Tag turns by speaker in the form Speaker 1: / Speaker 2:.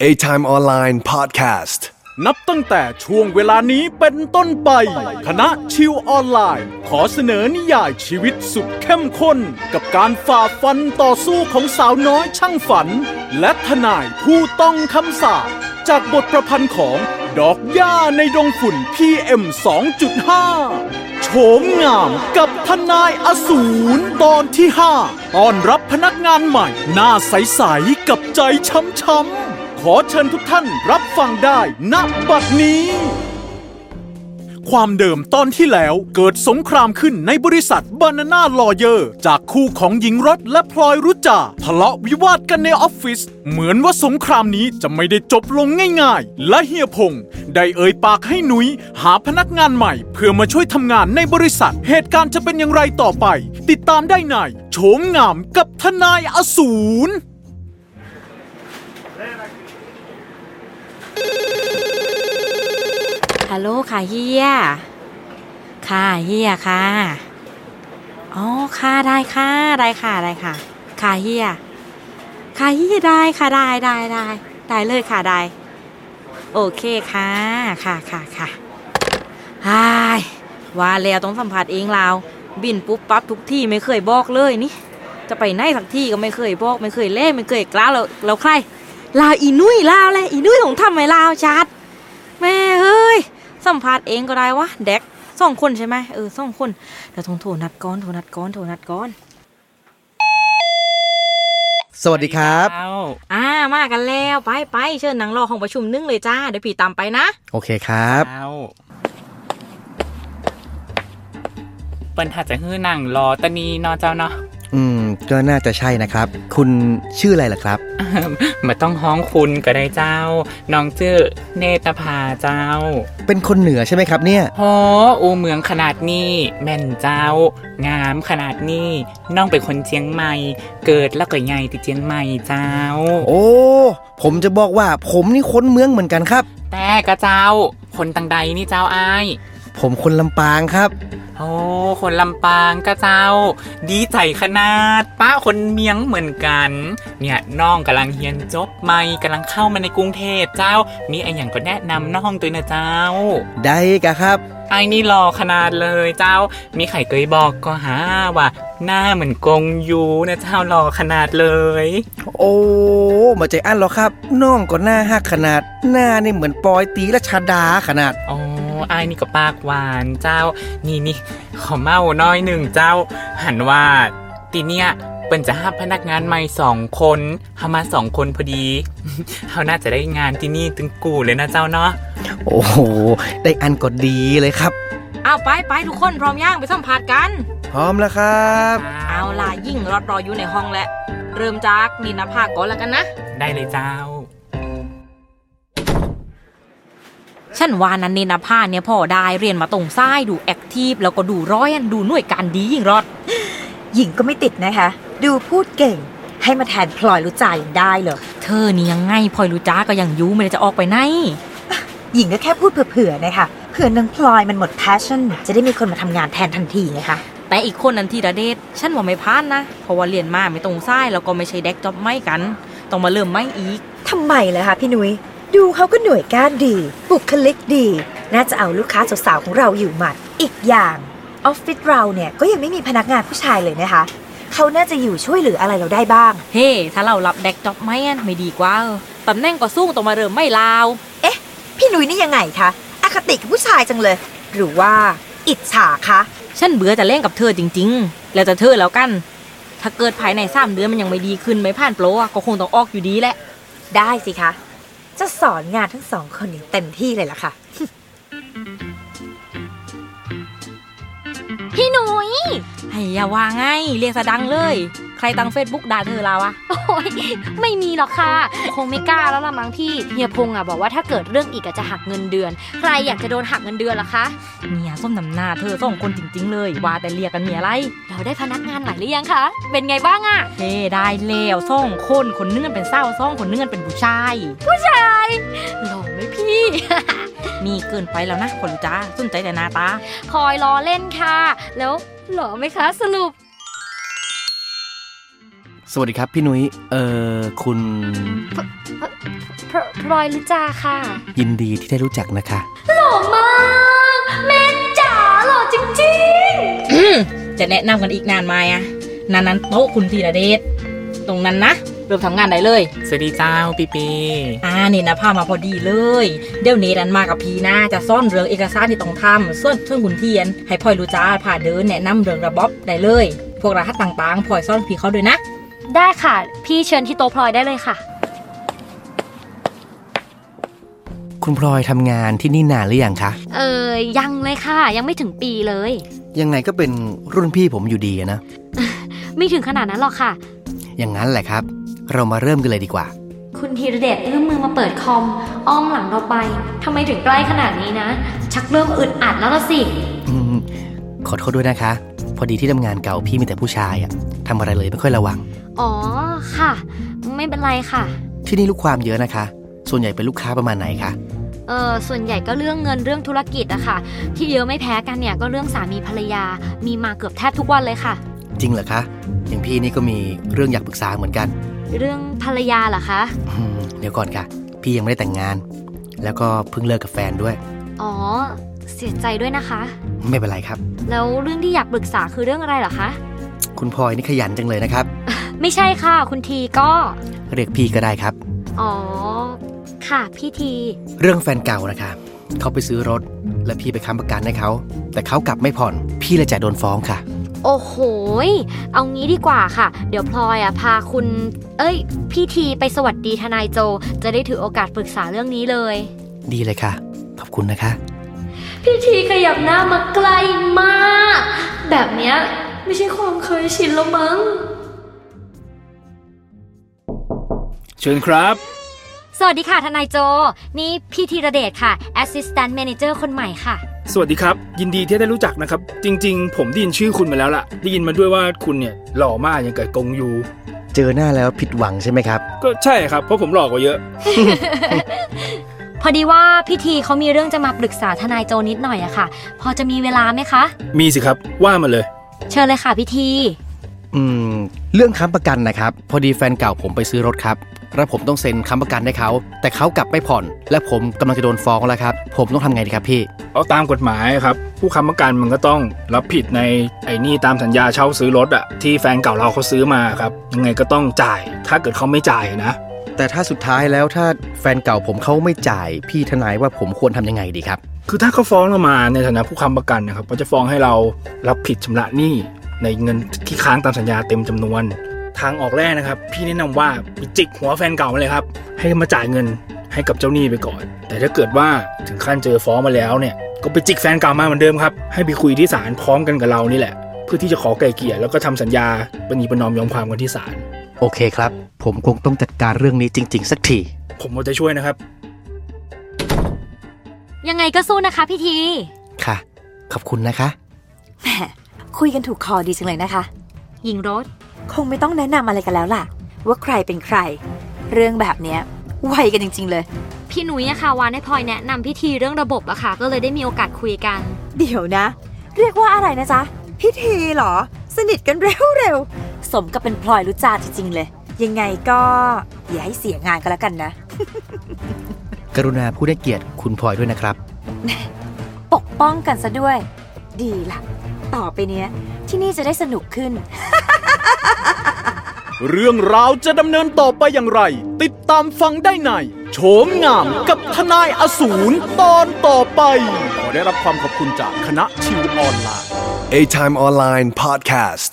Speaker 1: A Time Online Podcast
Speaker 2: นับตั้งแต่ช่วงเวลานี้เป็นต้นไป คณะชิวออนไลน์ ขอเสนอนิยายชีวิตสุดเข้มข้น กับการฝ่าฟันต่อสู้ของสาวน้อยช่างฝัน และทนายผู้ต้องคำสาปจากบทประพันธ์ของดอกหญ้าในดงฝุ่น PM 2.5 โฉมงามกับทนายอสูรตอนที่ 5 ต้อนรับพนักงานใหม่ หน้าใส ๆ กับใจช้ำ ๆ ขอเชิญทุกท่านรับฟังได้ณบัดนี้ ความเดิมตอนที่แล้วเกิดสงครามขึ้นในบริษัทบานาน่าลอเยอร์จากคู่ของหญิงรถและพลอยรุจาทะเลาะวิวาทกันในออฟฟิศเหมือนว่าสงครามนี้จะไม่ได้จบลงง่ายๆ และเฮียพงศ์ได้เอ่ยปากให้หนุยหาพนักงานใหม่ เพื่อมาช่วยทำงานในบริษัท เหตุการณ์จะเป็นอย่างไรต่อไป ติดตามได้ในโฉมงามกับทนายอสูร
Speaker 3: ฮัลโหลค่ะเฮีย ค่ะเฮียค่ะ อ๋อค่ะได้ค่ะได้ค่ะได้ค่ะ ค่ะเฮีย ค่ะเฮียได้ค่ะได้ได้ได้ได้เลยค่ะได้ โอเคค่ะค่ะค่ะค่ะไอ้ายว่าแล้วต้องสัมผัสเองเราบินปุ๊บปั๊บทุกที่ไม่เคยบอกเลยนี่ จะไปไหนสักที่ก็ไม่เคยบอกไม่เคยเล่ไม่เคยกล้าวเราเราใครลาวอีนุ่ยลาวเลยอีนุ่ยของทำไมลาวชัด แม่เฮ้ย สัมภาษณ์เองก็ได้วะแดกสองคนใช่ไหมเออสองคนแต่ทงโทรนัดก้อนโทรนัดก้อนโทรนัดก้อน
Speaker 4: สวัสดีครับ
Speaker 5: อ้าว
Speaker 3: อ่ามากันแล้วไปไปเชิญนางรอห้องประชุมนึ่งเลยจ้าเดี๋ยวพี่ตามไปนะ
Speaker 4: โอเคครับ
Speaker 5: อ้าวเปิ้นถ้าจะฮื้อหนังรอตะนีเนอเจ้าเนาะ
Speaker 4: อืม ก็น่าจะใช่นะครับ คุณชื่ออะไรล่ะครับ
Speaker 5: มาต้องฮ้องคุณก็ได้เจ้า น้องชื่อเนตรภาเจ้า
Speaker 4: เป็นคนเหนือใช่ไหมครับเนี่ย
Speaker 5: โหอูเมืองขนาดนี้ แม่นเจ้า งามขนาดนี้ น้องเป็นคนเจียงใหม่ เกิดแล้วก็ใหญ่ที่เจียงใหม่เจ้า
Speaker 4: โอ้ ผมจะบอกว่าผมนี่คนเมืองเหมือนกันครับ
Speaker 5: แต่กะเจ้า คนตังใดนี่เจ้าอ้าย
Speaker 4: ผมคนลำปางครับ
Speaker 5: โอ้ คนลำปางก็เจ้า ดีใจขนาด ป้าคนเมียงเหมือนกัน เนี่ยน้องกำลังเฮียนจบใหม่กำลังเข้ามาในกรุงเทพเจ้า มีไอ้อย่างก็แนะนำน้องตัวนะเจ้า
Speaker 4: ได้กะครับ
Speaker 5: ไอ้นี่หล่อขนาดเลยเจ้า มีไข่เคยบอกก็หาว่า หน้าเหมือนกงยูนะเจ้าหล่อขนาดเลย
Speaker 4: โอ้ มาใจอั้นหรอครับ น้องก็หน้าหักขนาด หน้านี่เหมือนปอยตีและชาดาขนาด
Speaker 5: อ๋อไอ้นี่ก็ปากหวานเจ้า นี่นี่ขอเมาน้อยหนึ่งเจ้า หันว่าตีเนี่ยเปิ้นจะห้าพนักงานใหม่สองคนเฮามาสองคนพอดี เขาน่าจะได้งานที่นี่ตึงกูเลยนะเจ้าเนาะ
Speaker 4: โอ้โห ได้อันก็ดีเลยครับ
Speaker 3: เอาไปไปทุกคนพร้อมย่างไปสัมภาษณ์กัน
Speaker 4: พร้อมแล้วครับ
Speaker 3: เอาล่ะยิ่งรอดรออยู่ในห้องแล้วเริ่มจากนินภาก่อนแล้วกันนะ
Speaker 5: ได้เลยเจ้า
Speaker 3: ฉันว่านันเนนภาเนี่ยพ่อได้เรียนมาตรงซ้ายดูแอคทีฟแล้วก็ดูร้อยอันดูหน่วยการดียิ่งรอด
Speaker 6: หญิงก็ไม่ติดนะคะ ดูพูดเก่ง ให้มาแทนพลอยรู้ใจายังได้เหรอ
Speaker 3: เธอนี่ยังไงพลอยรู้จ้าก็ยังอยูไม่ได้จะออกไปไหน
Speaker 6: หญิงก็แค่พูดเผื่อๆนะคะเผื่อนางพลอยมันหมด passion จะได้มีคนมาทำงานแทนทันทีไงคะ
Speaker 3: แต่อีกคนนันทีระเดชฉันว่าไม่พลาดนะ เพราะว่าเรียนมาไม่ตรงซ้ายแล้วก็ไม่ใช่แดกจ็อบไม่กัน ต้องมาเริ่มไม่อีก
Speaker 6: ทำไมล่ะคะพี่นุย้ยดูเขาก็หน่วยก้านดี บุคลิกดี น่าจะเอาลูกค้าสาวๆของเราอยู่หมัด อีกอย่างออฟฟิศเราเนี่ยก็ยังไม่มีพนักงานผู้ชายเลยนะคะ เขาน่าจะอยู่ช่วยเหลืออะไรเราได้บ้าง
Speaker 3: เฮ้ ถ้าเรารับแดกจ็อบไม่อันไม่ดีกว่าเออตำแหน่งก็สู้ต้องมาเริ่มไม่ลาว
Speaker 6: พี่นุ้ยนี่ยังไงคะอคติกับผู้ชายจังเลย หรือว่า อิจฉาคะ
Speaker 3: ฉันเบื่อจะเล่นกับเธอจริง ๆ แล้วจะเธอแล้วกัน ถ้าเกิดภายในสามเดือนมันยังไม่ดีขึ้นไม่ผ่านโปรอะก็คงต้องออกอยู่ดีแหละ
Speaker 6: ได้สิคะ จะสอนงานทั้งสองคนอย่างเต็มที่เลยล่ะค่ะ
Speaker 3: พี่หนุยไอ้ยาว่าไงเรียกสะดังเลย ใครตั้งเฟซบุ๊กด่าเธอเราอะ
Speaker 7: โอ้ยไม่มีหรอกค่ะ คงไม่กล้าแล้วละมั้งพี่เฮียพงษ์อ่ะบอกว่าถ้าเกิดเรื่องอีกอะจะหักเงินเดือน ใครอยากจะโดนหักเงินเดือนล่ะคะ
Speaker 3: เนี่ยส้มนำหน้าเธอสองคนจริง ๆ เลย ว่าแต่เรียกกันมีอะไร
Speaker 7: เราได้พนักงานใหม่หรือยังคะ เป็นไงบ้างอะ
Speaker 3: เฮ้ได้แล้วส่องคนคนเนื่อนเป็นเศร้าส่องคนเนื่อนเป็นผู้ชาย
Speaker 7: หล่อไหมพี่
Speaker 3: นี่เกินไปแล้วนะคนรู้จ้าสนใจแต่หนาตา
Speaker 7: คอยรอเล่นค่ะ แล้วหล่อไหมคะสรุป
Speaker 4: สวัสดีครับพี่นุย้ยเออคุณ
Speaker 7: พรพลอยลิจาค่ะ
Speaker 4: ยินดีที่ได้รู้จักนะคะ
Speaker 7: หล่อมากแม่จ๋าหล่อจริง
Speaker 8: จะแนะนำกันอีกนานไหมอะนานนั้นโต๊ะคุณธีรเดชตรงนั้นนะเริ่มทำงานได้เลย
Speaker 5: สวัสดีเจ้าปีปี
Speaker 8: อ่านี่นะพามาพอดีเลย เดี๋ยวเนดันมากับพีนะจะซ่อนเรื่องเอกสารที่ต้องทำส่วนส่วนขุนเทียน ให้พลอยรู้จ้าพาเดินแนะนำเรื่องระบบได้เลย พวกรหัสต่างๆพลอยซ่อนพีเขาด้วยนะ
Speaker 7: ๆ ได้ค่ะ พี่เชิญที่โต๊ะพลอยได้เลยค่ะ
Speaker 4: คุณพลอยทำงานที่นี่นานหรือยังคะ
Speaker 7: เออยังเลยค่ะ ยังไม่ถึงปีเลย
Speaker 4: ยังไงก็เป็นรุ่นพี่ผมอยู่ดีอะนะ
Speaker 7: ไม่ถึงขนาดนั้นหรอกค่ะ
Speaker 4: อย่างนั้นแหละครับ เรามาเริ่มกันเลยดีกว่า
Speaker 7: คุณธีรเดชเอื้อมมือมาเปิดคอม อ้อมหลังเราไปทำไมถึงใกล้ขนาดนี้นะ ชักเริ่มอึดอัดแล้วละสิ
Speaker 4: อืมขอโทษด้วยนะคะ พอดีที่ทำงานเก่าพี่มีแต่ผู้ชายอะทำอะไรเลยไม่ค่อยระวัง
Speaker 7: อ๋อค่ะ ไม่เป็นไรค่ะ
Speaker 4: ที่นี่ลูกความเยอะนะคะ ส่วนใหญ่เป็นลูกค้าประมาณไหนคะ
Speaker 7: เออส่วนใหญ่ก็เรื่องเงินเรื่องธุรกิจอะค่ะ ที่เยอะไม่แพ้กันเนี่ยก็เรื่องสามีภรรยา มีมาเกือบแทบทุกวันเลยค่ะ
Speaker 4: จริงเหรอคะ อย่างพี่นี่ก็มีเรื่องอยากปรึกษาเหมือนกัน
Speaker 7: เรื่องภรรยาเหรอคะ
Speaker 4: อืมเดี๋ยวก่อนค่ะ พี่ยังไม่ได้แต่งงาน แล้วก็เพิ่งเลิกกับแฟนด้วย
Speaker 7: อ๋อ เสียใจด้วยนะคะ
Speaker 4: ไม่เป็นไรครับ
Speaker 7: แล้วเรื่องที่อยากปรึกษาคือเรื่องอะไรเหรอคะ
Speaker 4: คุณพลอยนี่ขยันจังเลยนะครับ
Speaker 7: ไม่ใช่ค่ะ คุณทีก็
Speaker 4: เรียกพี่ก็ได้ครับ
Speaker 7: อ๋อ ค่ะพี่ที
Speaker 4: เรื่องแฟนเก่านะคะ เขาไปซื้อรถ และพี่ไปค้ำประกันให้เขา แต่เขากลับไม่ผ่อน พี่เลยจะโดนฟ้องค่ะ
Speaker 7: โอ้โหยเอางี้ดีกว่าค่ะ เดี๋ยวพลอยอ่ะพาคุณ เอ้ย พี่ทีไปสวัสดีทนายโจ จะได้ถือโอกาสปรึกษาเรื่องนี้เลย
Speaker 4: ดีเลยค่ะ ขอบคุณนะคะ
Speaker 7: พี่ทีขยับหน้ามาไกลมาก แบบเนี้ยไม่ใช่ความเคยชินแล้วมั้ง
Speaker 2: เชิญครับ
Speaker 7: สวัสดีค่ะทนายโจ นี่พี่ธีระเดชค่ะ Assistant Manager คนใหม่ค่ะ
Speaker 9: สวัสดีครับ ยินดีที่ได้รู้จักนะครับ จริง ๆ ผมได้ยินชื่อคุณมาแล้วล่ะ ได้ยินมาด้วยว่าคุณเนี่ยหล่อมากอย่างกับกงยู
Speaker 4: เจอหน้าแล้วผิดหวังใช่ไหมครับ
Speaker 9: ก็ใช่ครับ เพราะผมหล่อกว่าเยอะ
Speaker 7: พอดีว่าพี่ทีเขามีเรื่องจะมาปรึกษาทนายโจนิดหน่อยอะค่ะ พอจะมีเวลาไหมคะ
Speaker 9: มีสิครับว่ามาเลย
Speaker 7: เชิญเลยค่ะพี่ที
Speaker 4: อืม เรื่องค้ำประกันนะครับ พอดีแฟนเก่าผมไปซื้อรถครับ แล้วผมต้องเซ็นค้ำประกันให้เขา แต่เขากลับไม่ผ่อน และผมกำลังจะโดนฟ้องแล้วครับ ผมต้องทำไงดีครับพี่
Speaker 9: เอาตามกฎหมายครับ ผู้ค้ำประกันมันก็ต้องรับผิดในไอ้หนี่ตามสัญญาเช่าซื้อรถอะที่แฟนเก่าเราเขาซื้อมาครับยังไงก็ต้องจ่าย ถ้าเกิดเขาไม่จ่ายนะ
Speaker 4: แต่ถ้าสุดท้ายแล้วถ้าแฟนเก่าผมเขาไม่จ่าย พี่ทนายว่าผมควรทำยังไงดีครับ
Speaker 9: คือถ้าเขาฟ้องเรามาในฐานะผู้ค้ำประกันนะครับเขาจะฟ้องให้เรารับผิดชำระหนี้ในเงินที่ค้างตามสัญญาเต็มจำนวน ทางออกแรกนะครับ พี่แนะนำว่าไปจิกหัวแฟนเก่ามาเลยครับ ให้มาจ่ายเงินให้กับเจ้าหนี้ไปก่อน แต่ถ้าเกิดว่าถึงขั้นเจอฟ้องมาแล้วเนี่ย ก็ไปจิกแฟนเก่ามาเหมือนเดิมครับให้ไปคุยที่ศาลพร้อมกันกับเรานี่แหละ เพื่อที่จะขอไกลเกลี่ยแล้วก็ทำสัญญาปณีประนอมยอมความกันที่ศาล
Speaker 4: โอเคครับ ผมคงต้องจัดการเรื่องนี้จริง ๆ สักที
Speaker 9: ผมเอาใจช่วยนะครับ
Speaker 7: ยังไงก็สู้นะคะพี่ที
Speaker 4: ค่ะ ขอบคุณนะคะ
Speaker 6: แหม คุยกันถูกคอดีจังเลยนะคะ
Speaker 7: หญิงรถ
Speaker 6: คงไม่ต้องแนะนำอะไรกันแล้วล่ะ ว่าใครเป็นใคร เรื่องแบบเนี้ยไวกันจริง ๆ เลย
Speaker 7: พี่หนุ่ยอะค่ะวานให้พลอยแนะนำพี่ทีเรื่องระบบอะค่ะ ก็เลยได้มีโอกาสคุยกัน
Speaker 6: เดี๋ยวนะ เรียกว่าอะไรนะจ๊ะพิธีเหรอ สนิทกันเร็วๆ สมกับเป็นพลอยรู้จาจริง ๆ เลย ยังไงก็ อย่าให้เสียงานก็แล้วกันนะ
Speaker 4: กรุณาผู้ได้เกียรติคุณพลอยด้วยนะครับ
Speaker 6: ปกป้องกันซะด้วย ดีล่ะ ต่อไปเนี้ย ที่นี่จะได้สนุกขึ้น
Speaker 2: เรื่องราวจะดำเนินต่อไปอย่างไร ติดตามฟังได้ในโฉมงามกับทนายอสูรตอนต่อไปขอได้รับความขอบคุณจากคณะชิวออนไลน์
Speaker 1: A Time Online Podcast.